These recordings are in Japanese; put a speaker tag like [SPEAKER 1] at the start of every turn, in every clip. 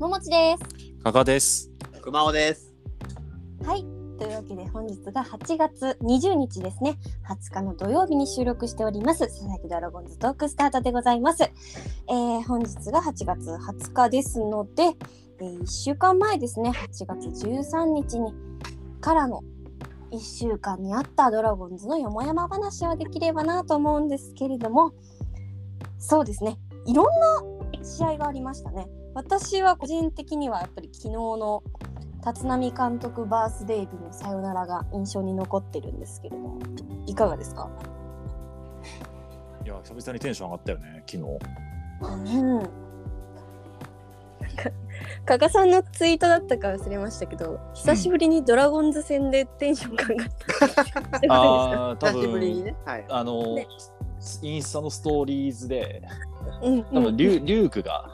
[SPEAKER 1] もちです。
[SPEAKER 2] 加賀です。
[SPEAKER 3] 熊尾です。
[SPEAKER 1] はい。というわけで本日が8月20日ですね。20日の土曜日に収録しております。佐々木ドラゴンズトークスタートでございます。えー本日が8月20日ですので、え1週間前ですね。8月13日にからの1週間にあったドラゴンズのよもやま話はできればなと思うんですけれども、そうですね。いろんな試合がありましたね。私は個人的にはやっぱり昨日の立浪監督バースデー日のさよならが印象に残ってるんですけれどもいかがですか、
[SPEAKER 2] いや、久々にテンション上がったよね、昨日。
[SPEAKER 1] うん、なんか加賀さんのツイートだったか忘れましたけど久しぶりにドラゴンズ戦でテンション感が、
[SPEAKER 2] ああ、多
[SPEAKER 3] 久しぶりに
[SPEAKER 2] 分、
[SPEAKER 3] ね。はい。
[SPEAKER 2] あの、
[SPEAKER 1] ね
[SPEAKER 2] インスタのストーリーズで、
[SPEAKER 1] うんうん
[SPEAKER 2] 多分リュ,、リュークが、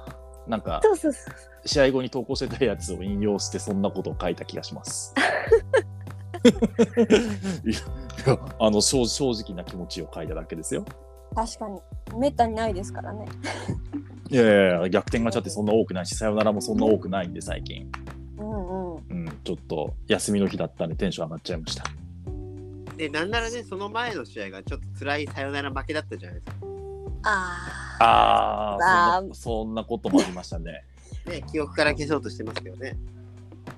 [SPEAKER 2] なんか、
[SPEAKER 1] そうそうそう
[SPEAKER 2] 試合後に投稿してたやつを引用して、そんなことを書いた気がし ます。いやいやあの正正直な気持ちを書いただけですよ。
[SPEAKER 1] 確かにめったにないですからね
[SPEAKER 2] いやいやいや逆転ガチャってそんな多くないし、さよならもそんな多くないんで、最近。
[SPEAKER 1] うんうん
[SPEAKER 2] うん、ちょっと休みの日だったんでテンション上がっちゃいました。
[SPEAKER 3] で、なんならね、その前の試合がちょっと辛いサヨナラ負けだったじゃないです
[SPEAKER 1] あ
[SPEAKER 2] あ
[SPEAKER 1] あ
[SPEAKER 2] あ、そんなそんなこともありましたね。
[SPEAKER 3] か。ね、記憶から消そうとしてますけどね。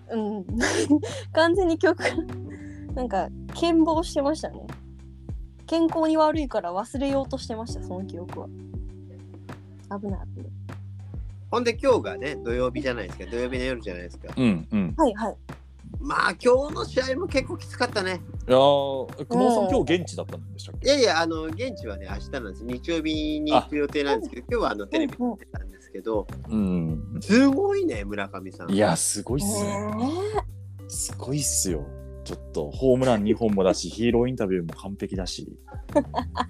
[SPEAKER 1] ーうん 完全に記憶がなんか健忘してましたね健康に悪いから忘れようとしてましたその記憶は危ない危ない
[SPEAKER 3] ほんで今日がね、土曜日じゃないですか。土曜日の夜じゃないですか。
[SPEAKER 2] うんうん。
[SPEAKER 1] はいはい
[SPEAKER 3] まあ今日の試合も結構きつかった
[SPEAKER 2] い
[SPEAKER 3] ね。
[SPEAKER 2] やー、久保さ
[SPEAKER 1] うん
[SPEAKER 2] ん、今日現地だったんでしたっ
[SPEAKER 3] いやいや、あの、現地はね、明日なんです。日曜日に行く予定なんですけど、今日はあのテレビで見てたんですけど、
[SPEAKER 2] けうん。
[SPEAKER 3] すごいね、村上さん。
[SPEAKER 2] いや、すごいっすね。
[SPEAKER 1] ね
[SPEAKER 2] すごいっすよ。ちょっと、ホームラン2本もだし、ヒーローインタビューも完璧だし。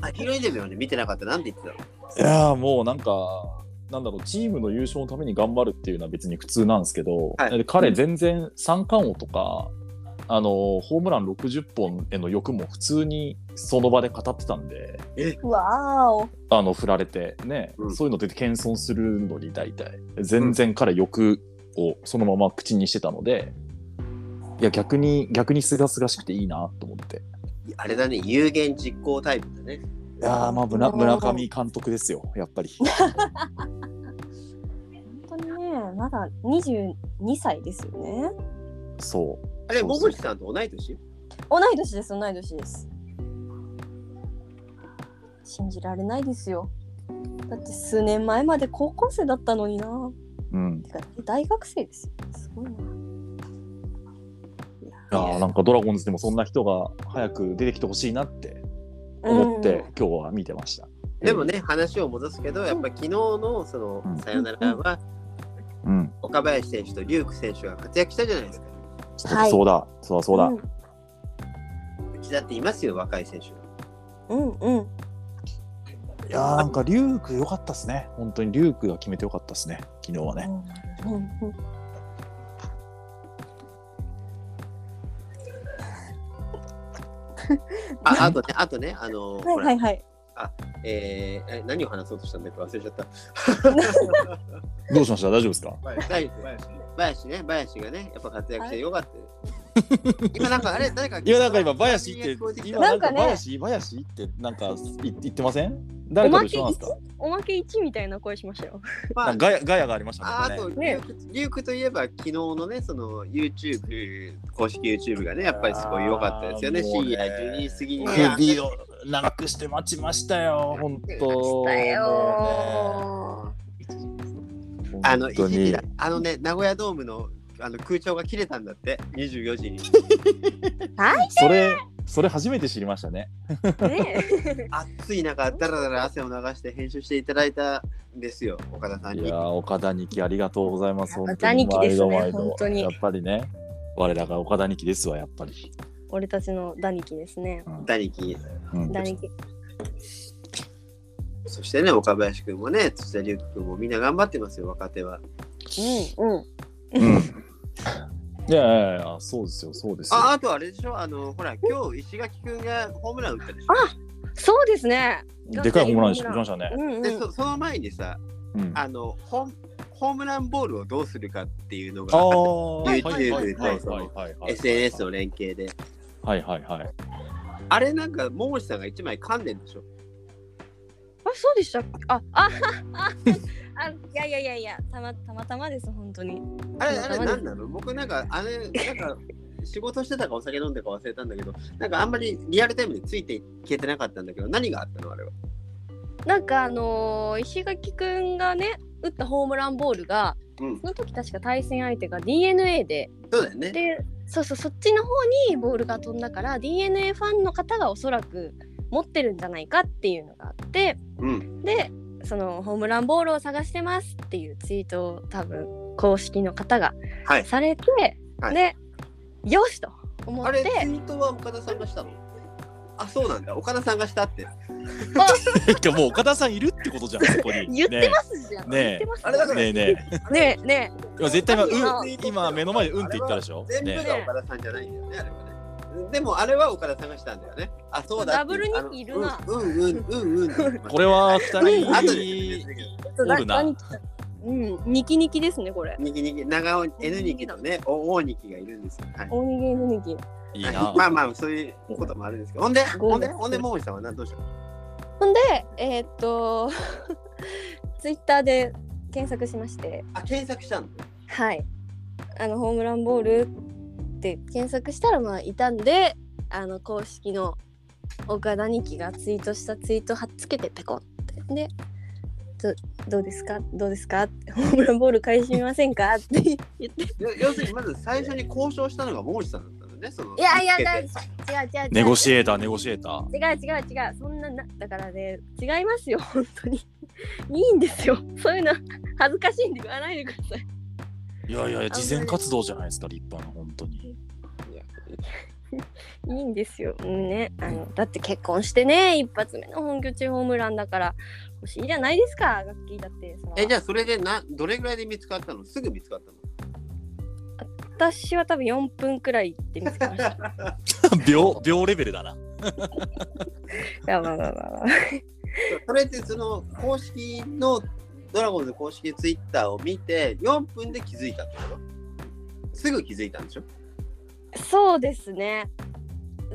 [SPEAKER 3] あ、ヒロインデビューはね、見てなかった。なんて言ってたの
[SPEAKER 2] いやー、もうなんか、なんだろう、チームの優勝のために頑張るっていうのは別に普通なんですけど、
[SPEAKER 3] はい
[SPEAKER 2] で彼、全然三冠王とか、あのーホームラン60本への欲も普通にその場で語ってたんで、
[SPEAKER 1] えわーお
[SPEAKER 2] あの振られてね、
[SPEAKER 3] うん
[SPEAKER 2] そういうので謙遜するのに大体全然彼欲をそのまま口にしてたので、いや逆に逆にすがすがしくていいなと思って
[SPEAKER 3] あれだね、有言実行タイプだね。
[SPEAKER 2] いやーまあ村村上監督ですよやっぱり
[SPEAKER 1] 本当にねまだ22歳ですよね
[SPEAKER 2] そう
[SPEAKER 3] あれ、
[SPEAKER 2] そうそう
[SPEAKER 3] もぐさんと同い年
[SPEAKER 1] 同い年です同い年です信じられないですよだって数年前まで高校生だったのにな
[SPEAKER 2] うん
[SPEAKER 1] てか大学生ですよすごいない
[SPEAKER 2] いやーなんかドラゴンズでもそんな人が早く出てきてほしいなって思って、
[SPEAKER 1] うん
[SPEAKER 2] 今日は見てました
[SPEAKER 3] でもね、話を戻すけど、やっぱ昨日のその
[SPEAKER 2] うん
[SPEAKER 3] さよならは、
[SPEAKER 2] うん
[SPEAKER 3] 岡林選手とリューク選手が活躍したじゃないですか。
[SPEAKER 2] そう,、
[SPEAKER 1] はい
[SPEAKER 2] そうだそうだそうだ、
[SPEAKER 1] うん
[SPEAKER 3] うちだっていますよ、若い選手。
[SPEAKER 1] うんうん
[SPEAKER 2] いやーなんかリュウク良かったですね本当にリュウクが決めて良かったですね昨日はね、
[SPEAKER 1] うんうんうん
[SPEAKER 3] ああとね、あとね、あの
[SPEAKER 1] は
[SPEAKER 3] ー、
[SPEAKER 1] いはいはい
[SPEAKER 3] ほらえーえ何を話そうとしたんだか忘れちゃった。
[SPEAKER 2] どうしました大丈夫ですか
[SPEAKER 3] 林林ね、林がね、やっぱ活躍してよか った。今なんかあれ、誰か。
[SPEAKER 2] いやなんか今林って今
[SPEAKER 1] な
[SPEAKER 2] なんん
[SPEAKER 1] か
[SPEAKER 2] か
[SPEAKER 1] ね
[SPEAKER 2] 林林ってなんかい言ってません？誰かと一緒なんですか？
[SPEAKER 1] おまけ1みたいな声しましたよ
[SPEAKER 3] ま
[SPEAKER 2] な
[SPEAKER 3] あ
[SPEAKER 2] んかガヤガヤがありまし
[SPEAKER 3] あ
[SPEAKER 2] たね。
[SPEAKER 3] あと、
[SPEAKER 2] こ
[SPEAKER 3] リュウクリュウクといえば、昨日のね、その YouTube、公式 YouTube がね、やっぱりすごい良かったですよね。
[SPEAKER 2] あーもう
[SPEAKER 3] 深
[SPEAKER 2] ね
[SPEAKER 3] 夜12時過ぎに
[SPEAKER 2] れ
[SPEAKER 3] ね、
[SPEAKER 2] ね首を長くして待ちましたよ。本当。
[SPEAKER 3] あの、一
[SPEAKER 2] 本当
[SPEAKER 3] 時
[SPEAKER 2] に
[SPEAKER 3] 期だあのね、名古屋ドームのあの空調が切れたんだって、24時に。
[SPEAKER 1] は
[SPEAKER 2] それそれ初めて知りましたね。
[SPEAKER 1] いね
[SPEAKER 3] 暑い中、だらだら汗を流して編集していただいたんですよ、岡田さん
[SPEAKER 2] い
[SPEAKER 3] に
[SPEAKER 2] や。ー岡田日記ありがとうございます。本
[SPEAKER 1] 岡田
[SPEAKER 2] 当
[SPEAKER 1] 日
[SPEAKER 2] に
[SPEAKER 1] 記ですね
[SPEAKER 2] 毎度毎度
[SPEAKER 1] 本当に
[SPEAKER 2] やっぱりね。我らが岡田日記ですわやっぱり。
[SPEAKER 1] 俺たちのダニキですね
[SPEAKER 2] うん
[SPEAKER 3] 谷木
[SPEAKER 2] うん
[SPEAKER 1] ダニキ
[SPEAKER 3] そしてね、岡林君もね、土田龍君もみんな頑張ってますよ、若手は。
[SPEAKER 1] うんうん
[SPEAKER 2] うんいやいやいやそうですよそうですよ。
[SPEAKER 3] あ、あとあれでしょ、あの、ほら、今日石垣君がホームラン打ったでしょ。
[SPEAKER 1] そうですね
[SPEAKER 2] でかいホームラン打ちましたね。
[SPEAKER 1] うんう
[SPEAKER 3] で
[SPEAKER 1] ん
[SPEAKER 3] そその前にさ、
[SPEAKER 2] うん
[SPEAKER 3] あの、ほんホームランボールをどうするかっていうの
[SPEAKER 2] あ
[SPEAKER 3] が、
[SPEAKER 2] あ、
[SPEAKER 3] YouTube と
[SPEAKER 2] はいはい
[SPEAKER 3] SNS の連携で。
[SPEAKER 2] はいはいはい。
[SPEAKER 3] あれなんか、ももしさんが一枚噛んでんでしょ
[SPEAKER 1] あ、そうでしたっけ。あ、あ、あ、あ、いやいやいやいや、たま、たまたまです、本当に。
[SPEAKER 3] あれ、あれ何なの僕なんか、あれ、なんか、仕事してたかお酒飲んでか忘れたんだけど、なんかあんまりリアルタイムでついていけてなかったんだけど、何があったのあれは。
[SPEAKER 1] なんか、あのー石垣くんがね、打ったホームランボールが、
[SPEAKER 3] うん
[SPEAKER 1] その時確か対戦相手が D. N. A. で。
[SPEAKER 3] そうだよね。
[SPEAKER 1] で、そうそう、そっちの方にボールが飛んだから、D. N. A. ファンの方がおそらく。持ってるんじゃないかっていうのがあって、
[SPEAKER 3] うん。
[SPEAKER 1] で、そのホームランボールを探してますっていうツイートを多分公式の方が
[SPEAKER 3] はい。
[SPEAKER 1] されて、
[SPEAKER 3] はい
[SPEAKER 1] で、よしと思
[SPEAKER 3] あ
[SPEAKER 1] っ
[SPEAKER 3] れ、ツイ
[SPEAKER 1] て。
[SPEAKER 3] ートは岡田さんがしたのあ、そうなんだ。岡田さんがしたって。
[SPEAKER 2] てかもう岡田さんいるってこと じゃん、そこに。
[SPEAKER 1] 言ってますじゃん。
[SPEAKER 2] ねえ
[SPEAKER 1] 言ってます
[SPEAKER 3] あれだか
[SPEAKER 2] ねえねえねえ。
[SPEAKER 1] らねえね
[SPEAKER 2] 今絶対今、
[SPEAKER 1] あ
[SPEAKER 2] うん、今目の前でうんって言ったでしょ。
[SPEAKER 3] 全部
[SPEAKER 2] ね
[SPEAKER 3] が岡田さんじゃないんだよね、あれはね。でもあれは岡田さんがしたんだよね。あ、そうだって。
[SPEAKER 1] ダブルにいるな
[SPEAKER 3] あのうんうんうんうんうん。
[SPEAKER 2] えこれは
[SPEAKER 1] うん
[SPEAKER 3] 後で
[SPEAKER 2] 二
[SPEAKER 3] 説
[SPEAKER 2] 人
[SPEAKER 3] 明するけど。
[SPEAKER 1] え。
[SPEAKER 2] おるな
[SPEAKER 1] 何うん、ニキニキですね、これ。
[SPEAKER 3] ニキニキ、長尾、N ニキとね、お大ニキがいるんですよ。はい。
[SPEAKER 1] 大逃げのニキ。
[SPEAKER 2] いいな。
[SPEAKER 3] まあまあ、そういうこともあるんですけど。ほんで、
[SPEAKER 1] ご
[SPEAKER 3] ほん
[SPEAKER 1] め
[SPEAKER 3] で、
[SPEAKER 1] ん
[SPEAKER 3] ほんで、ももしさんは何どうしたの
[SPEAKER 1] ほんで、えーっと、 ツイッターで検索しまして、
[SPEAKER 3] あ、検索したの
[SPEAKER 1] はい。あの、ホームランボールって検索したら、まあ、いたんで、あの、公式の岡田ニキがツイートしたツイート貼っつけてペコンって。で、どどうですかどうですかってホームランボール返しませんかって言って。
[SPEAKER 3] よ要するに、まず最初に交渉したのがももしさんだったのね。その
[SPEAKER 1] いやいや、
[SPEAKER 3] つけて
[SPEAKER 1] 違う違う違う。
[SPEAKER 2] ネゴシエ
[SPEAKER 1] 違
[SPEAKER 2] ーター、ネゴシエーター。
[SPEAKER 1] う違う違う。そんなな、だからね、違いますよ、本当に。いいんですよ。そういうの、恥ずかしいんで言わないでください。
[SPEAKER 2] いやいやいや、慈善活動じゃないですか、立派な、本当に。
[SPEAKER 1] いいんですよ。うんね、あの、だって結婚してね、一発目の本拠地ホームランだから。欲しいじゃないですか、楽器だって。その
[SPEAKER 3] え、じゃあそれでな、どれぐらいで見つかったのすぐ見つかったの
[SPEAKER 1] 私は多分4分くらいで見つけ ました。
[SPEAKER 2] 秒、秒レベルだな。
[SPEAKER 1] いや、まあまあまあまあ。
[SPEAKER 3] それってその公式のドラゴンズ公式ツイッターを見て4分で気づいたってことすぐ気づいたんでしょ
[SPEAKER 1] そうですね。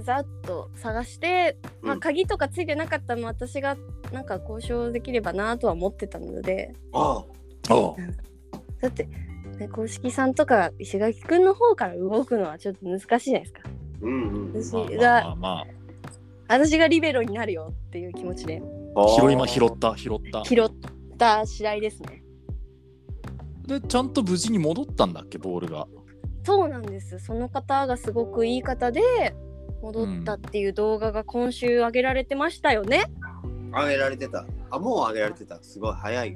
[SPEAKER 1] ざっと探して、ま
[SPEAKER 3] う
[SPEAKER 1] あ、
[SPEAKER 3] ん
[SPEAKER 1] 鍵とかついてなかったのも私がなんか交渉できればなとは思ってたので
[SPEAKER 3] ああ
[SPEAKER 2] おう
[SPEAKER 1] だって、ね、公式さんとか石垣くんの方から動くのはちょっと難しいじゃないですか
[SPEAKER 3] うんうん
[SPEAKER 1] 私
[SPEAKER 2] まあまあま
[SPEAKER 1] が
[SPEAKER 2] あま
[SPEAKER 1] 私がリベロになるよっていう気持ちで
[SPEAKER 2] あ、拾いま、
[SPEAKER 3] あ
[SPEAKER 2] 拾った、拾った。
[SPEAKER 1] 拾った次第ですね
[SPEAKER 2] で、ちゃんと無事に戻ったんだっけ、ボールが。
[SPEAKER 1] そうなんですその方がすごくいい方で戻ったっていう動画が今週上げられてましたよね、
[SPEAKER 3] あげられてたあもうあげられてたすごい早い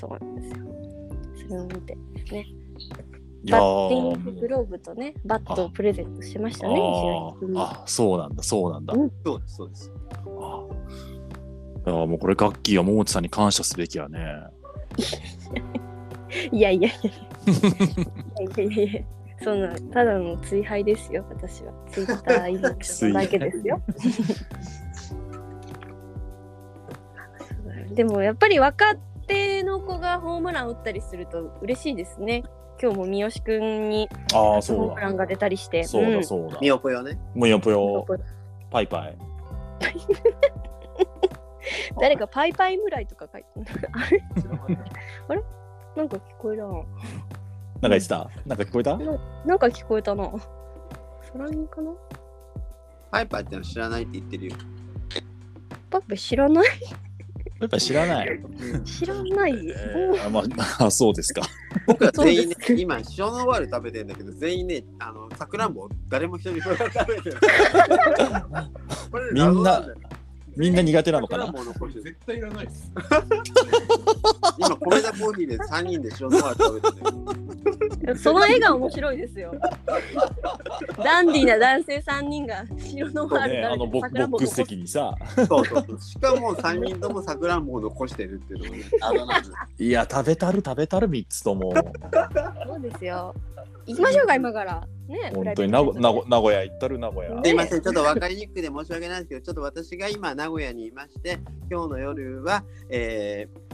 [SPEAKER 1] そうなんですよそれを見て
[SPEAKER 2] い
[SPEAKER 1] バ
[SPEAKER 2] や
[SPEAKER 1] ッティ
[SPEAKER 2] ー
[SPEAKER 1] ンググローブとねバットをプレゼントしましたね
[SPEAKER 2] あ
[SPEAKER 1] 石垣くん
[SPEAKER 2] ー
[SPEAKER 1] に
[SPEAKER 2] あ、そうなんだ、そうなんだ。
[SPEAKER 1] うん
[SPEAKER 3] そうですそうです
[SPEAKER 2] ああいやもうこれガッキーは桃地さんに感謝すべきやね。
[SPEAKER 1] いやい やいやいやいやいやいやそんなただの追敗ですよ私はツイッター
[SPEAKER 2] 追
[SPEAKER 1] 命だ
[SPEAKER 2] 敗
[SPEAKER 1] けですよでもやっぱり若手の子がホームラン打ったりすると嬉しいですね今日も三好くんに
[SPEAKER 2] ああ、
[SPEAKER 1] ホ
[SPEAKER 2] そ
[SPEAKER 1] ーム
[SPEAKER 2] う
[SPEAKER 1] ラン
[SPEAKER 2] だ。
[SPEAKER 1] が出たりして
[SPEAKER 2] そうだ、
[SPEAKER 1] ん
[SPEAKER 2] そうだ。
[SPEAKER 3] みよぽよね
[SPEAKER 2] もうやっぱよ、パイパイ。
[SPEAKER 1] 誰かパイパイぐらいとか書いてあ れなんか聞こえたな
[SPEAKER 2] なんか言ってたなんか聞こえた
[SPEAKER 1] なんか聞こえたなソラニかな
[SPEAKER 3] パイパイっての知らないって言ってるよ
[SPEAKER 1] パパ知らない
[SPEAKER 2] やっぱ知らない。
[SPEAKER 1] 知らない
[SPEAKER 2] えーあまあ、あそうですか。
[SPEAKER 3] 僕は全員ね
[SPEAKER 1] そうです
[SPEAKER 3] 今塩のワール食べてんだけど全員ねあのさくらんぼ誰も一人も食べてないこれ
[SPEAKER 2] みんな
[SPEAKER 3] 謎んだよ
[SPEAKER 2] みんな苦手なのかな
[SPEAKER 3] サクランボの声
[SPEAKER 4] 絶対いらないです。
[SPEAKER 3] 今米田コーヒーで3人で塩のワール食べてんだけど
[SPEAKER 1] その絵が面白いですよ。ダンディーな男性3人が白のワール
[SPEAKER 2] ね、あのボボックス席にさ。
[SPEAKER 3] そうそうそう。しかも3人ともさくらんぼを残してるっていうのもね。あのなんか
[SPEAKER 2] いや、食べたる食べたる3つとも。
[SPEAKER 1] そうですよ。行きましょうか今から。ね。
[SPEAKER 2] 本当に名古名古名古屋行ったる名古屋。
[SPEAKER 3] すいません、ちょっと分かりにくくて申し訳ないですけど、ちょっと私が今、名古屋にいまして、今日の夜は、えー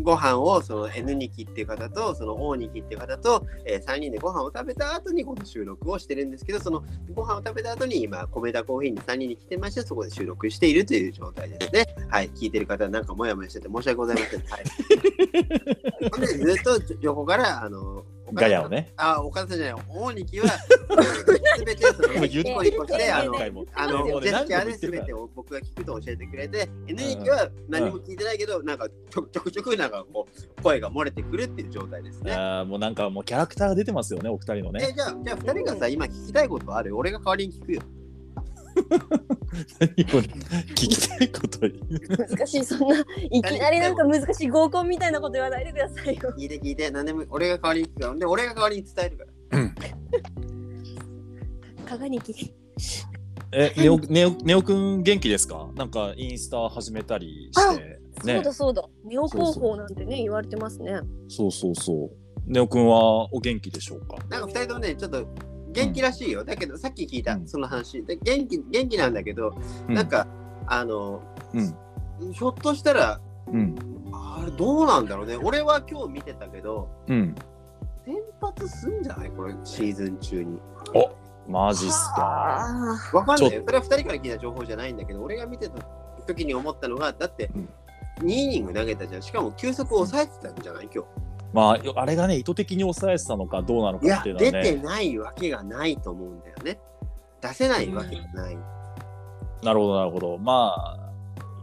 [SPEAKER 3] ご飯をその N ニキっていう方とその O ニキっていう方と、え3人でご飯を食べた後にこの収録をしてるんですけどそのご飯を食べた後に今米田コーヒーに3人に来てましてそこで収録しているという状態ですねはい聞いてる方はなんかモヤモヤしてて申し訳ございません、 はい、ほんでずっと横からあの岡田さ
[SPEAKER 2] ガ
[SPEAKER 3] ん
[SPEAKER 2] ヤをね。
[SPEAKER 3] あ岡田さんじゃない大ニキは全てその
[SPEAKER 2] 今言
[SPEAKER 1] って
[SPEAKER 3] 一個一個してあの
[SPEAKER 2] 何回も
[SPEAKER 3] あの
[SPEAKER 2] 何回も
[SPEAKER 3] ジ
[SPEAKER 2] ね
[SPEAKER 3] ェスチャー
[SPEAKER 2] 何度も言
[SPEAKER 3] で
[SPEAKER 2] ってる
[SPEAKER 3] 全てを僕が聞くと教えてくれて、NHK は何も聞いてないけど、なんかちょちょくちょくなんかこう声が漏れてくるっていう状態ですね。
[SPEAKER 2] あーもうなんかもうキャラクターが出てますよね、お二人の
[SPEAKER 3] え
[SPEAKER 2] ね。
[SPEAKER 3] じゃあ、じゃあ2人がさ、今聞きたいことある俺が代わりに聞くよ。
[SPEAKER 2] 何を聞きたいことに。
[SPEAKER 1] 難しいそんないきなりなんか難しい合コンみたいなこと言わないでくださいよ
[SPEAKER 3] 聞いて聞いて、何でも俺が代わりに聞くから。で、俺が代わりに伝えるから。
[SPEAKER 1] 鏡切り
[SPEAKER 2] え、ネオ、ネオ、ネオくん元気ですかなんかインスタ始めたりして。
[SPEAKER 1] そ
[SPEAKER 2] ね
[SPEAKER 1] うだ。そうだネオ広報なんてね言われてますね
[SPEAKER 2] そうそうそう。ネオくんはお元気でしょうか
[SPEAKER 3] なんか2人ともね、ちょっと元気らしいよ。だけど、さっき聞いた、
[SPEAKER 2] うん
[SPEAKER 3] その話で元気。元気なんだけど、
[SPEAKER 2] う
[SPEAKER 3] なん、か、あの、
[SPEAKER 2] うん。
[SPEAKER 3] ひょっとしたら、
[SPEAKER 2] うん。
[SPEAKER 3] あれどうなんだろうね。俺は今日見てたけど、
[SPEAKER 2] うん。
[SPEAKER 3] 先発すんじゃないこれ、シーズン中に。
[SPEAKER 2] マジっすか。
[SPEAKER 1] あ
[SPEAKER 3] わかんない
[SPEAKER 2] ち
[SPEAKER 3] よ。それは2人から聞いた情報じゃないんだけど、俺が見てた時に思ったのが、だって
[SPEAKER 2] うん、
[SPEAKER 3] 2イニング投げたじゃん。しかも球速を抑えてたんじゃない今
[SPEAKER 2] まあ、あれがね、意図的に抑えてたのかどうなの
[SPEAKER 3] 日。い
[SPEAKER 2] かっ
[SPEAKER 3] や、
[SPEAKER 2] ていうのは
[SPEAKER 3] 出
[SPEAKER 2] ね。
[SPEAKER 3] てないわけがないと思うんだよね。出せないわけがない。
[SPEAKER 2] なるほど、なるほど。まあ、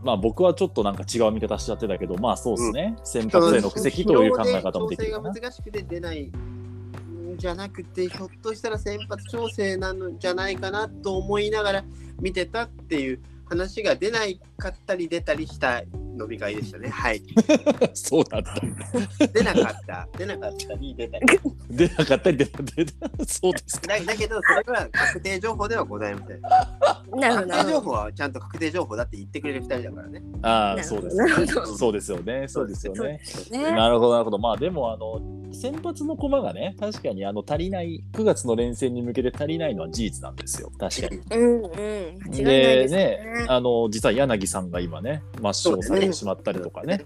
[SPEAKER 2] まあ僕はちょっとなんか違う見方しちゃってたけど、まあそうですね。先発勢の布石という考え方もできるか
[SPEAKER 3] 疲労
[SPEAKER 2] な。
[SPEAKER 3] で調整が難しくて出ないんじゃなくて、ひょっとしたら先発調整なのじゃないかなと思いながら見てたっていう話が出ないかったり出たりした飲み会でしたね。はい。
[SPEAKER 2] そうだった。
[SPEAKER 3] 出なかった。出なかったり出たり。
[SPEAKER 2] 出なかったり出た出た。そうですか。
[SPEAKER 3] だだけど、それは確定情報ではございません。
[SPEAKER 1] あなるほどな
[SPEAKER 3] 確定
[SPEAKER 1] る
[SPEAKER 3] 情
[SPEAKER 1] ほど
[SPEAKER 3] 報はちゃんと確定情報だって言ってくれる2人だからね。
[SPEAKER 2] ああ、そうです
[SPEAKER 1] なるほ
[SPEAKER 3] ど
[SPEAKER 2] ね。そうですよね。そうですよね。
[SPEAKER 1] ね
[SPEAKER 2] なるほど、なるほど。まあでも、あの、先発の駒がね、確かにあの足りない、9月の連戦に向けて足りないのは事実なんですよ。確かに。
[SPEAKER 1] うんうん間違いない
[SPEAKER 2] で
[SPEAKER 1] です
[SPEAKER 2] ね
[SPEAKER 1] ね、
[SPEAKER 2] あの実は柳さんが今ね、抹消されてしまったりとかね。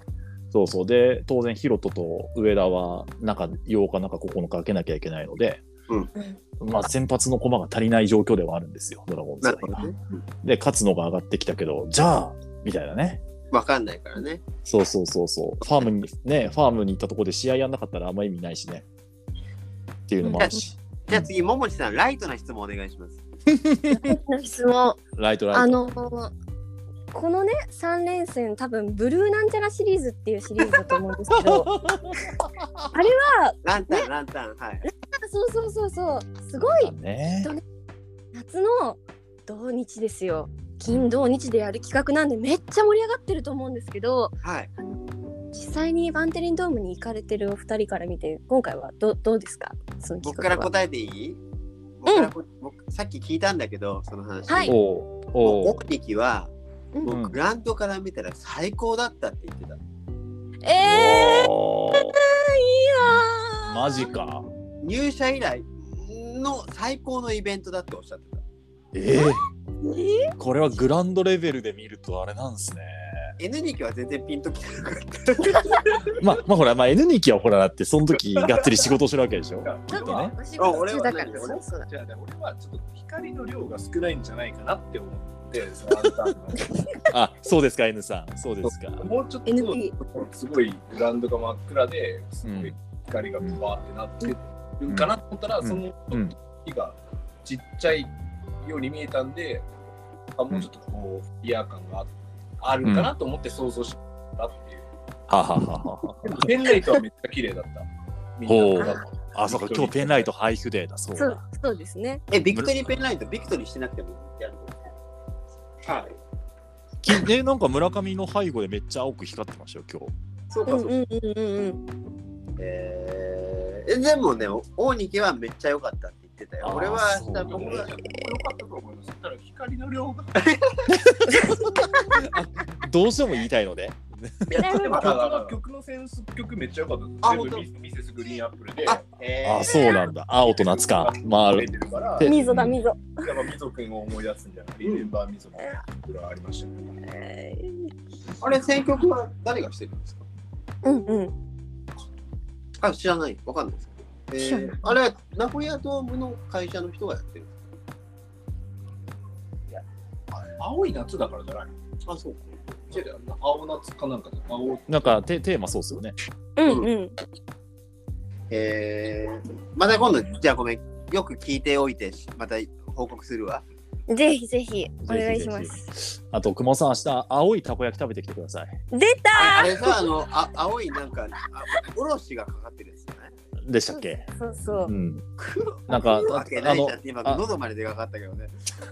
[SPEAKER 2] そうそう。で、当然、ヒロトと上田は、中8日、中9日開けなきゃいけないので、まあ、先発の駒が足りない状況ではあるんですよ、ドラゴンズ
[SPEAKER 3] な
[SPEAKER 2] は
[SPEAKER 3] るほど
[SPEAKER 2] 今
[SPEAKER 3] ね。うん
[SPEAKER 2] で、勝つのが上がってきたけど、じゃあ、みたいなね。
[SPEAKER 3] わかんないからね。
[SPEAKER 2] そうそうそうそう。ファームに、ね、ファームに行ったところで試合やんなかったらあんま意味ないしね。っていうのもあるし。
[SPEAKER 3] じゃあ次、桃地さん、ライトな質問お願いします。
[SPEAKER 1] 質問
[SPEAKER 2] ライトラ
[SPEAKER 1] あ
[SPEAKER 2] イト。
[SPEAKER 1] のーこのね3連戦多分ブルーなんちゃらシリーズっていうシリーズだと思うんですけ ど
[SPEAKER 3] ランタン、ランタン。はい。
[SPEAKER 1] そうそうそうそうすごい
[SPEAKER 2] ね。
[SPEAKER 1] 夏の土日ですよ金土日でやる企画なんでめっちゃ盛り上がってると思うんですけど
[SPEAKER 3] はい。
[SPEAKER 1] 実際にバンテリンドームに行かれてるお二人から見て今回はどどうですかその企
[SPEAKER 3] 僕
[SPEAKER 1] 画
[SPEAKER 3] から
[SPEAKER 1] は
[SPEAKER 3] 答えていい僕からこ僕さっき聞いたんだけど、その話。
[SPEAKER 1] はい
[SPEAKER 2] おうおう
[SPEAKER 3] 大力は、
[SPEAKER 1] うん
[SPEAKER 3] もうグラウンドから見たら最高だったって言ってた。
[SPEAKER 1] え
[SPEAKER 2] おう
[SPEAKER 1] ー、いいなー
[SPEAKER 2] マジか。
[SPEAKER 3] 入社以来の最高のイベントだっておっしゃってた。
[SPEAKER 2] ええ
[SPEAKER 1] え
[SPEAKER 2] これはグランドレベルで見るとあれなんですね。
[SPEAKER 3] N ニキは全然ピンときてなかった。
[SPEAKER 2] まあ、まあ、ほら、まあ、N に行きはほらだって、その時がっつり仕事してるわけでしょ。
[SPEAKER 1] だって
[SPEAKER 2] ね
[SPEAKER 1] お仕
[SPEAKER 3] あ
[SPEAKER 1] 事
[SPEAKER 3] 俺
[SPEAKER 1] 中
[SPEAKER 3] は
[SPEAKER 1] だから
[SPEAKER 3] 何
[SPEAKER 1] そうそう
[SPEAKER 4] じゃあね、俺はちょっと光の量が少ないんじゃないかなって思って、そ のアンタン
[SPEAKER 2] あ、そうですか、N さん。そうですか。
[SPEAKER 4] のもうちょっ
[SPEAKER 1] NP
[SPEAKER 4] とすごいグラウンドが真っ暗で、すごい光がバーってなってるかなと思ったら、
[SPEAKER 2] うん
[SPEAKER 4] その
[SPEAKER 2] うん
[SPEAKER 4] 火がちっちゃいように見えたんで、あもうちょっとこう、リア感があるかなと思って想像したっていう。
[SPEAKER 2] ははははは。
[SPEAKER 4] でもペンライトはめっちゃ綺麗だった。み
[SPEAKER 2] ほ
[SPEAKER 4] ん
[SPEAKER 2] う
[SPEAKER 4] なが
[SPEAKER 2] あ、そうか、今日ペンライト配布デーだ、そう
[SPEAKER 1] そう
[SPEAKER 2] だ。
[SPEAKER 1] そうですね
[SPEAKER 3] え、ビクトリーペンライト、ビクトリーしてなくてもやるの
[SPEAKER 4] はい。
[SPEAKER 2] きね、なんか村上の背後でめっちゃ青く光ってましたよ、今日。
[SPEAKER 3] そう
[SPEAKER 1] う
[SPEAKER 3] か、
[SPEAKER 1] ん
[SPEAKER 3] そ
[SPEAKER 1] う
[SPEAKER 3] うか。
[SPEAKER 1] んうんうんうん
[SPEAKER 3] えー、えでもね、大ニキはめっちゃ良かったって言ってた
[SPEAKER 2] あー
[SPEAKER 3] よ。俺は明日
[SPEAKER 2] そう
[SPEAKER 4] 僕
[SPEAKER 3] 僕
[SPEAKER 4] は
[SPEAKER 3] は
[SPEAKER 4] 良かったと思います。だから光の量が
[SPEAKER 2] どうしても言いたいので。
[SPEAKER 1] なる
[SPEAKER 4] で
[SPEAKER 1] ほ
[SPEAKER 4] も
[SPEAKER 1] ど
[SPEAKER 4] ただ曲の選曲曲めっちゃ良かったです。
[SPEAKER 3] あ
[SPEAKER 4] 全部
[SPEAKER 3] 本
[SPEAKER 4] ミスミセスグリーンアップルで。
[SPEAKER 3] あ、えー、
[SPEAKER 2] あ、そうなんだ。青と夏か。まあ、あ
[SPEAKER 4] 出
[SPEAKER 2] る
[SPEAKER 4] てるから、
[SPEAKER 2] で
[SPEAKER 4] やっ
[SPEAKER 1] 溝だ溝
[SPEAKER 4] ぱみぞくんを思い出すんじゃないメンバーみぞくんの曲がありましたね。
[SPEAKER 1] えー
[SPEAKER 3] あれ選曲は誰がしてるんですか
[SPEAKER 1] うんうん。
[SPEAKER 3] あ、知らない。わかんないです。え
[SPEAKER 1] 知らな
[SPEAKER 3] ー
[SPEAKER 1] い、
[SPEAKER 3] あれは名古屋ドームの会社の人がやってる。
[SPEAKER 4] 青い夏だからじゃないの
[SPEAKER 3] あ、そうか。
[SPEAKER 4] 違うよ青夏かなんかで青
[SPEAKER 2] なんかテテーマそうっすよね。
[SPEAKER 1] うんうん。
[SPEAKER 3] えー、また今度、じゃあごめん。よく聞いておいて、また報告するわ。
[SPEAKER 1] ぜひぜひお願いしま
[SPEAKER 2] ぜひ
[SPEAKER 1] す。
[SPEAKER 2] あと、雲さん、明日、青いたこ焼き食べてきてください。
[SPEAKER 1] 出
[SPEAKER 3] あ
[SPEAKER 1] た
[SPEAKER 3] れあれさ、あの、あ青いなんか、あおろしがかかってるやつじゃない
[SPEAKER 2] でしたっけ
[SPEAKER 1] そうそう
[SPEAKER 2] う。ん。
[SPEAKER 3] 黒
[SPEAKER 2] なんか
[SPEAKER 3] 黒わけないじゃんって
[SPEAKER 2] あ
[SPEAKER 3] 今、
[SPEAKER 2] のあ
[SPEAKER 3] 喉まで出かかったけどね。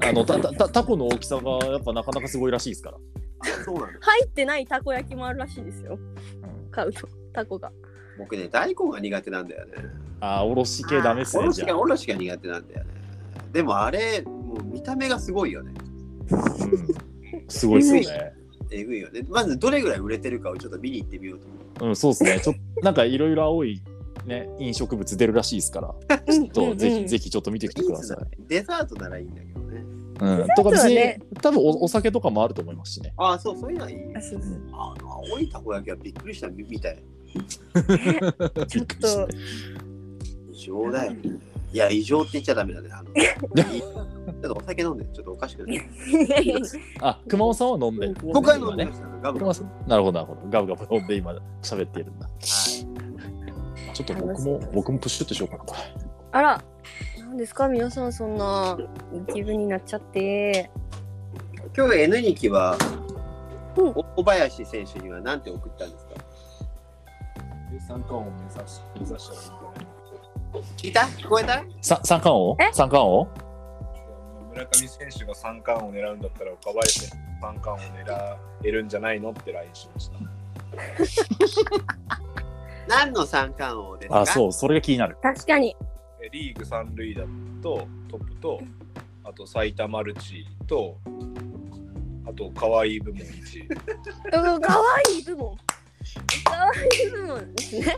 [SPEAKER 2] あの、た、たた、タコの大きさが、やっぱなかなかすごいらしいですから。
[SPEAKER 3] あ、そうなんだ。
[SPEAKER 1] 入ってないたこ焼きもあるらしいですよ。買うとたこが。
[SPEAKER 3] 僕ね、大根が苦手なんだよね。
[SPEAKER 2] あー、おろし系ダメっす
[SPEAKER 3] お
[SPEAKER 2] ね、
[SPEAKER 3] ろ
[SPEAKER 2] じ
[SPEAKER 3] し
[SPEAKER 2] ゃ
[SPEAKER 3] が、
[SPEAKER 2] あ。
[SPEAKER 3] おろしが苦手なんだよね。でもあれ、もう見た目がすごいよね。
[SPEAKER 2] うんすごいっすよね。
[SPEAKER 3] えぐいよね。まずどれぐらい売れてるかをちょっと見に行ってみようと思う。
[SPEAKER 2] うん、そうですね。ちょっと、なんかいろいろ青い、ね、飲食物出るらしいですから。ち
[SPEAKER 1] うんうん
[SPEAKER 2] ょっ
[SPEAKER 1] う
[SPEAKER 2] と、
[SPEAKER 1] ん
[SPEAKER 2] ぜひ、ぜひ、ちょっと見てきてください。
[SPEAKER 3] デザートならいいんだけどね。
[SPEAKER 2] うん。とか、別に
[SPEAKER 1] ね、
[SPEAKER 2] 多分お、お酒とかもあると思いますしね。
[SPEAKER 3] ああ、そう、そういうのはいいよ。
[SPEAKER 1] そう
[SPEAKER 3] あの、青いたこ焼きはびっくりしたみみたい。
[SPEAKER 1] ちょっと
[SPEAKER 3] 異常だよ。いや、異常って言っちゃダメだね。 あのいいちょっとお酒飲んで、ちょっとおかしくなる。
[SPEAKER 2] あ、熊尾さんは飲んで。
[SPEAKER 3] 僕は飲んで
[SPEAKER 2] 今
[SPEAKER 3] ま
[SPEAKER 2] ね。
[SPEAKER 3] したガブガ
[SPEAKER 2] 熊尾
[SPEAKER 3] ブ。
[SPEAKER 2] さん。なるほど、なるほど。ガブガブ飲んで、今、喋っているんだ。ちょっと僕も、僕もプシュってしようかな、これ。
[SPEAKER 1] あらなんですか皆さんそんな気分になっちゃって。
[SPEAKER 3] 今日 N 2期は、
[SPEAKER 1] うん
[SPEAKER 3] 大林選手には何て送ったんですか
[SPEAKER 4] で三冠王を目指し目指したらいいとね
[SPEAKER 3] 聞いた聞こえた
[SPEAKER 2] さ三冠王
[SPEAKER 1] え
[SPEAKER 2] 三冠王
[SPEAKER 4] 村上選手が三冠王を狙うんだったら岡林選手も三冠王を狙えるんじゃないのって LINE しました
[SPEAKER 3] 何の三冠王ですか
[SPEAKER 2] あ、そう、それが気になる。
[SPEAKER 1] 確かに。
[SPEAKER 4] えリーグ三塁打とトップとあと埼玉ルチとあと可愛い部門1位
[SPEAKER 1] 可愛い部門。可愛い部門ですね。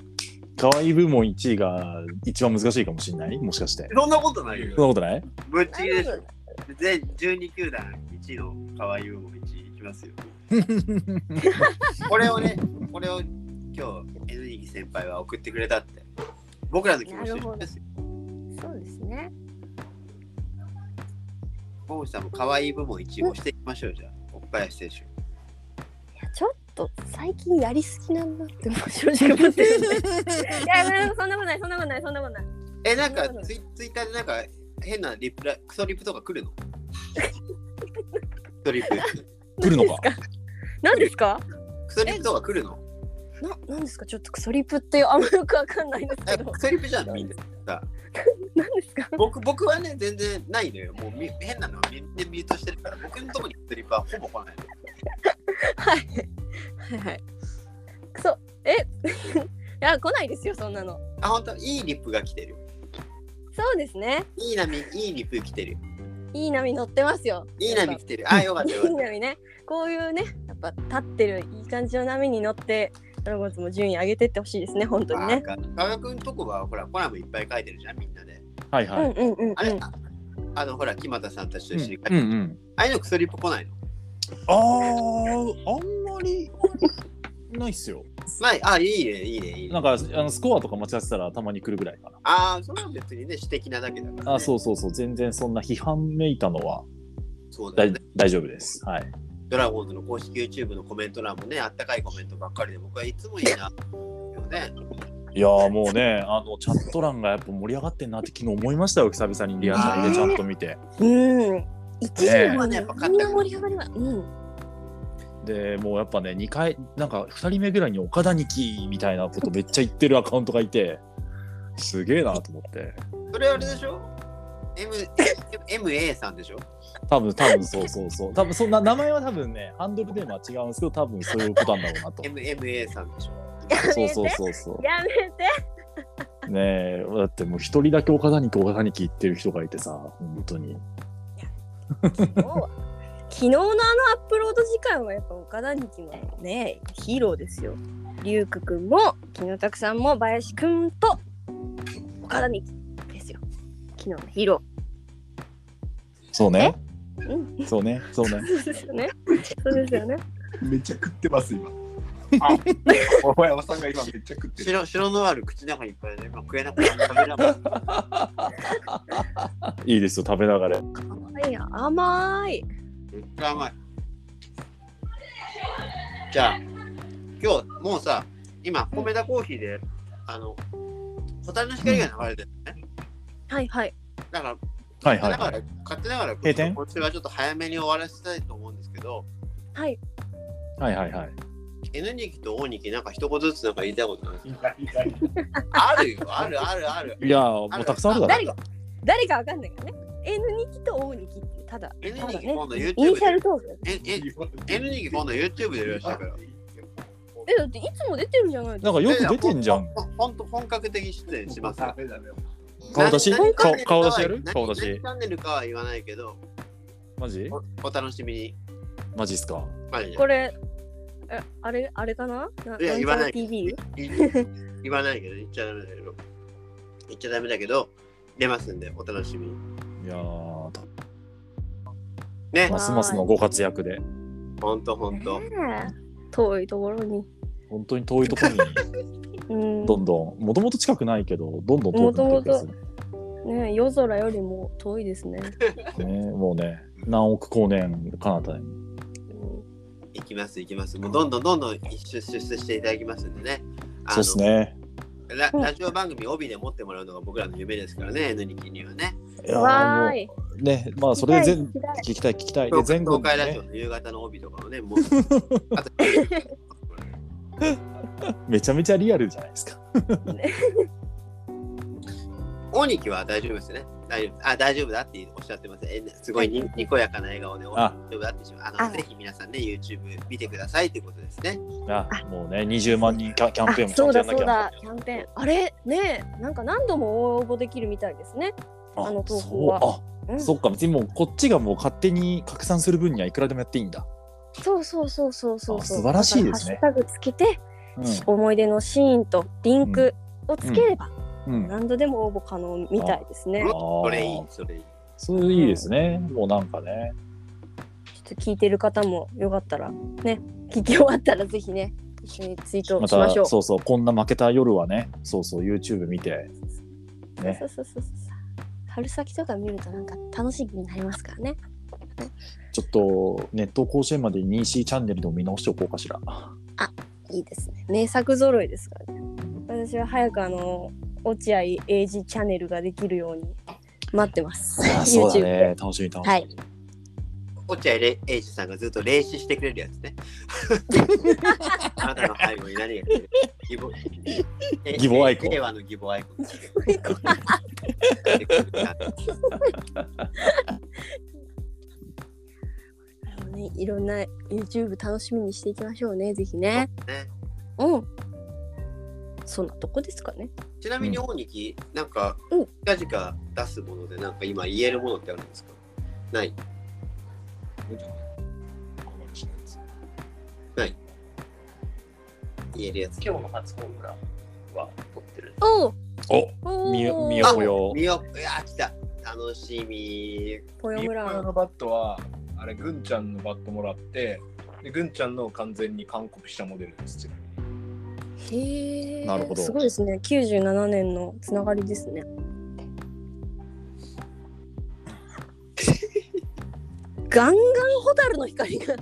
[SPEAKER 2] 可愛い部門1位が一番難しいかもしれないもしかして。
[SPEAKER 3] そんなことない
[SPEAKER 2] そん
[SPEAKER 3] よ。
[SPEAKER 2] なことない
[SPEAKER 3] ぶっちぎりでしょ。全12球団1位の河合優も1位いきま すよ。これをね、これを今日、N 2期先輩は送ってくれたって。僕らの気持ちですよ。
[SPEAKER 1] そうですね。
[SPEAKER 3] モさんも可愛い部門1位をしていきましょうじゃあ、岡林選手。
[SPEAKER 1] いやちょっと最近やりすぎなんだって正直思ってるんで。 いやそんなことないそんなことないそんなことない。
[SPEAKER 3] え、なんかツイツイッターでなんか変なリプラクソリプとか来る のクソリプ。
[SPEAKER 2] 来るのか。
[SPEAKER 1] 何ですか？
[SPEAKER 3] クソリプとか来るの
[SPEAKER 1] な何ですかちょっとクソリプってあんまよくわかんないんです
[SPEAKER 3] え
[SPEAKER 1] けど
[SPEAKER 3] ク。ソリプじゃん、みんな。さ
[SPEAKER 1] 何ですか？
[SPEAKER 3] 僕僕はね、全然ないのよ。もうみ変なのはみんなミュートしてるから、僕のとこにクソリプはほぼ来ないの。
[SPEAKER 1] はい。はいはい。クソ。え いや、来ないですよ、そんなの。
[SPEAKER 3] あ、本当いいリップが来てる。
[SPEAKER 1] そうですね。
[SPEAKER 3] いい波、いいリップ来てる。
[SPEAKER 1] いい波乗ってますよ。
[SPEAKER 3] いい
[SPEAKER 1] やっぱ
[SPEAKER 3] 波来てる。あ、よかったよか
[SPEAKER 1] いい
[SPEAKER 3] っ
[SPEAKER 1] 波ね。こういうね、やっぱ立ってるいい感じの波に乗って、ドラゴンズも順位上げてってほしいです ね、本当
[SPEAKER 3] た。
[SPEAKER 1] に
[SPEAKER 3] あ
[SPEAKER 1] ね。
[SPEAKER 3] か加賀君とこはほらコラムいっぱい書いてるじゃんみんなで。
[SPEAKER 2] はい
[SPEAKER 1] うん
[SPEAKER 2] は
[SPEAKER 1] う
[SPEAKER 2] い。
[SPEAKER 1] んうんうん。
[SPEAKER 3] あれ、ああのほら木俣さんたちと一緒に書いて
[SPEAKER 2] うん
[SPEAKER 3] る。
[SPEAKER 2] うん。
[SPEAKER 3] ああいうのクソリップ来ないの。
[SPEAKER 2] ああ、あんまりないっすよ。
[SPEAKER 3] まあ、あいいねいいねいい
[SPEAKER 2] な
[SPEAKER 3] ね
[SPEAKER 2] ん。かあのスコアとか間違ってたらたまに来るぐらいかな。
[SPEAKER 3] ああそれは別にね私的なだけだから、ね。。
[SPEAKER 2] あそううそうそう、全然そんな批判めいたのは
[SPEAKER 3] そうだ
[SPEAKER 2] 大
[SPEAKER 3] よね。
[SPEAKER 2] 大丈夫です。はい。
[SPEAKER 3] ドラゴンズの公式 YouTube のコメント欄もねあったかいコメントばっかりで僕はいつもいいな。よね。
[SPEAKER 2] いやーもうね、あのチャット欄がやっぱ盛り上がってんなって昨日思いましたよ、久々にリアタイでちゃんと見て。
[SPEAKER 1] うん。一時の
[SPEAKER 3] ね
[SPEAKER 1] ね、
[SPEAKER 3] え
[SPEAKER 1] こんな盛り上がりは。うん。
[SPEAKER 2] でもうやっぱね2回なんか2人目ぐらいに岡田にきみたいなことめっちゃ言ってるアカウントがいてすげえなと思って
[SPEAKER 3] それあれでしょ M M A さんでしょ。
[SPEAKER 2] 多分多分そうそうそう多分そんな名前は多分ねハンドルネームは違うんですけど多分そういうことなんだろうな と
[SPEAKER 3] M M A さんでしょ。
[SPEAKER 2] そうそうそうそ
[SPEAKER 1] やめて。
[SPEAKER 2] うねえだってもう一人だけ岡田にき岡田にき言ってる人がいてさ本当に
[SPEAKER 1] 昨日は昨日のあのアップロード時間はやっぱ岡田日記のねヒーローですよ。龍くくんも昨日たくさんも林くんと岡田日記ですよ。昨日のヒーロ
[SPEAKER 2] そうね
[SPEAKER 1] う
[SPEAKER 2] そうねそうね
[SPEAKER 1] ー。そうですよね。そうですよね。
[SPEAKER 4] めっちゃ食ってます今お前おさんが今めっちゃ食ってる。
[SPEAKER 3] 白白のある口の中にいっぱいね、今食えなくて食べられない。
[SPEAKER 2] いいですよ、食べながら。
[SPEAKER 1] いや甘い。
[SPEAKER 3] めっちゃ甘い。じゃあ、今日もうさ、今、米田コーヒーで、あの、ホタルの光が流れてるのね。
[SPEAKER 1] はいはい。
[SPEAKER 3] だから、
[SPEAKER 2] はいはいは
[SPEAKER 3] だか
[SPEAKER 2] い。
[SPEAKER 3] ら、勝手ながら、
[SPEAKER 2] 閉店
[SPEAKER 3] こっちはちょっと早めに終わらせたいと思うんですけど、
[SPEAKER 1] はい。
[SPEAKER 2] はいはいはい。
[SPEAKER 3] N ニキと O ニキ、なんか一言ずつなんか言いたいことない ですか
[SPEAKER 4] い
[SPEAKER 3] あるよ、あるあるある。
[SPEAKER 2] いやー、もうたくさんあるだろ
[SPEAKER 1] 誰。が誰かわかんないからね。N 2期と O 2期ってただ。
[SPEAKER 3] N
[SPEAKER 1] た
[SPEAKER 3] ニ
[SPEAKER 1] だ
[SPEAKER 3] キ
[SPEAKER 1] ね
[SPEAKER 3] 今度
[SPEAKER 1] イニ
[SPEAKER 3] YouTube
[SPEAKER 1] シャ
[SPEAKER 3] で
[SPEAKER 1] ル、トーク。
[SPEAKER 3] ええ N ニキ今度 YouTube でやるらしいから。
[SPEAKER 1] えだっていつも出てるじゃないです
[SPEAKER 2] なん
[SPEAKER 1] か。
[SPEAKER 2] かよく出てんじゃん。
[SPEAKER 3] ほ。ほんと本格的出演しますよ。
[SPEAKER 2] 顔出し
[SPEAKER 3] 何
[SPEAKER 2] 顔
[SPEAKER 3] 何
[SPEAKER 2] 顔出しやる
[SPEAKER 3] 何
[SPEAKER 2] 顔出し
[SPEAKER 3] 何チャンネルかは言わないけど、
[SPEAKER 2] マジ
[SPEAKER 3] おお楽しみに。
[SPEAKER 2] マジっすか。
[SPEAKER 3] マジで
[SPEAKER 1] これえあれあれかな？ない
[SPEAKER 3] や言わない
[SPEAKER 1] TV。
[SPEAKER 3] 言わないけど、言っちゃダメだけど。言っちゃダメだけど、出ますんで、お楽しみに。
[SPEAKER 2] いやー、た
[SPEAKER 3] ね、
[SPEAKER 2] ますますのご活躍で、
[SPEAKER 3] ほんとほんと。
[SPEAKER 1] ねえ遠いところに。
[SPEAKER 2] 本当に遠いところ
[SPEAKER 1] う
[SPEAKER 2] に
[SPEAKER 1] ん。
[SPEAKER 2] どんどん、もともと近くないけど、どんどん遠くなっていくんで
[SPEAKER 1] ねえ夜空よりも遠いですね。
[SPEAKER 2] すね。ねもうね、何億光年彼方に。
[SPEAKER 1] うん
[SPEAKER 3] いきます、いきます。もうどんどんどんどん出出世していただきますんでね。あの
[SPEAKER 2] そうっすね。
[SPEAKER 3] ララジオ番組帯で持ってもらうのが僕らの夢ですからね、N ニキにはね。
[SPEAKER 2] いやー
[SPEAKER 1] わ
[SPEAKER 2] も
[SPEAKER 1] ーい。
[SPEAKER 2] うね、まあそれで全
[SPEAKER 1] 聞きたい
[SPEAKER 2] 聞きたい聞きたい。で
[SPEAKER 3] 東
[SPEAKER 2] 全国
[SPEAKER 3] 東
[SPEAKER 2] に
[SPEAKER 3] 海ラ
[SPEAKER 2] ね
[SPEAKER 3] ジオ、の夕方の帯とかをね、も う。あと
[SPEAKER 2] めちゃめちゃリアルじゃないですか。
[SPEAKER 3] 大ニキは大丈夫ですね。大丈夫。あ、大丈夫だっておっしゃってます。えすごいににこやかな笑顔で、大
[SPEAKER 2] あ
[SPEAKER 3] 丈夫だってしまう。あ
[SPEAKER 1] あ
[SPEAKER 3] の、ぜひ皆さんね、YouTube 見てくださいということですね。
[SPEAKER 2] あ、もうね、20万人キャキャンペーン
[SPEAKER 1] あ
[SPEAKER 2] もちゃ
[SPEAKER 1] そ
[SPEAKER 2] ん
[SPEAKER 1] う
[SPEAKER 2] と
[SPEAKER 1] だ
[SPEAKER 2] やんな
[SPEAKER 1] そ
[SPEAKER 2] き
[SPEAKER 1] う
[SPEAKER 2] ゃ
[SPEAKER 1] だ。キャンペーン。あれねえなんか何度も応募できるみたいですね。
[SPEAKER 2] あ
[SPEAKER 1] あの投稿は
[SPEAKER 2] そ
[SPEAKER 1] う
[SPEAKER 2] うあ、
[SPEAKER 1] ん
[SPEAKER 2] そっか、別にもうこっちがもう勝手に拡散する分にはいくらでもやっていいんだ。
[SPEAKER 1] そうそうそうそうそうそう。
[SPEAKER 2] あ素晴らしいですね
[SPEAKER 1] だからハッシュタグつけて、
[SPEAKER 2] う
[SPEAKER 1] 思い出のシーンとリンクをつければ、
[SPEAKER 2] ん。うん。あ
[SPEAKER 1] 何度でも応募可能みたいですね。
[SPEAKER 3] う
[SPEAKER 1] ち
[SPEAKER 3] ん
[SPEAKER 1] ょ
[SPEAKER 3] それいい
[SPEAKER 2] ー、
[SPEAKER 3] それいい。
[SPEAKER 2] それいいですね。もうなんかね。
[SPEAKER 1] っと聞いてる方もよかったらね、聞き終わったらぜひね、一緒にツイートしましょう。
[SPEAKER 2] そうそう、こんな負けた夜はね、そうそう、YouTube 見て、ね
[SPEAKER 1] そ、うそうそうそう春先とか見るとなんか楽しみになりますからね。
[SPEAKER 2] ちょっと、ネット甲子園までに EC チャンネルでも見直しておこうかし ら。
[SPEAKER 1] いいですね。名作揃いですからね。私は早くあの落合英二チャンネルができるように待ってます。
[SPEAKER 2] あそうだね、楽しみ、楽しみ。
[SPEAKER 1] はい。
[SPEAKER 3] 落合れ英二さんがずっと霊視してくれるやつね。 あなたの背後に何が来てる義母え
[SPEAKER 2] 義母アイコン
[SPEAKER 3] 令和の義母アイコン。
[SPEAKER 1] あのね、いろんな YouTube 楽しみにしていきましょうね、ぜひね。
[SPEAKER 3] ね
[SPEAKER 1] うん。そんなとこですかね。
[SPEAKER 3] ちなみに大ニキ、なんか
[SPEAKER 1] うん、
[SPEAKER 3] 近々出すもので、なんか今言えるものってあるんですかない。言えるやつ。
[SPEAKER 4] 今日の初ホームランは取ってる。
[SPEAKER 1] お
[SPEAKER 2] お
[SPEAKER 1] お
[SPEAKER 2] みよ、み
[SPEAKER 1] よ
[SPEAKER 2] よこよ。
[SPEAKER 3] 見よう。いや、来た。楽しみ。
[SPEAKER 1] ぽよ
[SPEAKER 4] ミ
[SPEAKER 1] む
[SPEAKER 4] ラ
[SPEAKER 1] ら
[SPEAKER 4] のバットは、あれ、ぐんちゃんのバットもらって、でぐんちゃんのを完全に完コピしたモデルです。ちなみ
[SPEAKER 1] へ
[SPEAKER 4] に
[SPEAKER 1] え。
[SPEAKER 2] なるほど
[SPEAKER 1] すごいですね。97年のつながりです ね。ガンガンホタルの光 が。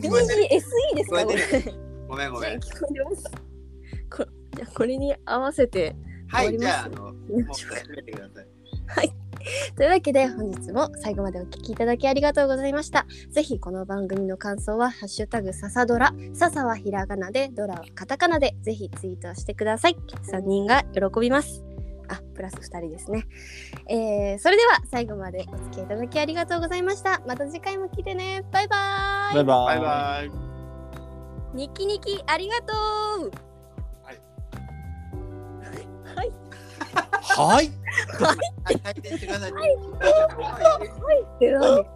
[SPEAKER 3] 聞こえてる
[SPEAKER 1] DSE ですか
[SPEAKER 3] 聞こ
[SPEAKER 1] こ
[SPEAKER 3] え
[SPEAKER 1] れ。
[SPEAKER 3] てごめんごめん。
[SPEAKER 1] 聞こえてますこじゃあこれに合わせて
[SPEAKER 3] は
[SPEAKER 1] 終わり
[SPEAKER 3] い、
[SPEAKER 1] ます
[SPEAKER 3] じゃあ、あの、
[SPEAKER 1] 行
[SPEAKER 3] も
[SPEAKER 1] き
[SPEAKER 3] う
[SPEAKER 1] ましょうか
[SPEAKER 3] 始めてください。
[SPEAKER 1] というわけで本日も最後までお聞きいただきありがとうございました。ぜひこの番組の感想はハッシュタグササドラ、ササはひらがなで、ドラはカタカナでぜひツイートしてください。3人が喜びます。あ、プラス2人ですね。えー、それでは最後までお付き合いいただきありがとうございました。また次回も来てね。バイバーイ。
[SPEAKER 2] バイバ
[SPEAKER 3] バ
[SPEAKER 2] イ。
[SPEAKER 3] イバイ。
[SPEAKER 1] ニキニキありがとう。はい。
[SPEAKER 2] はい。
[SPEAKER 3] はい、回転してください。
[SPEAKER 1] はい。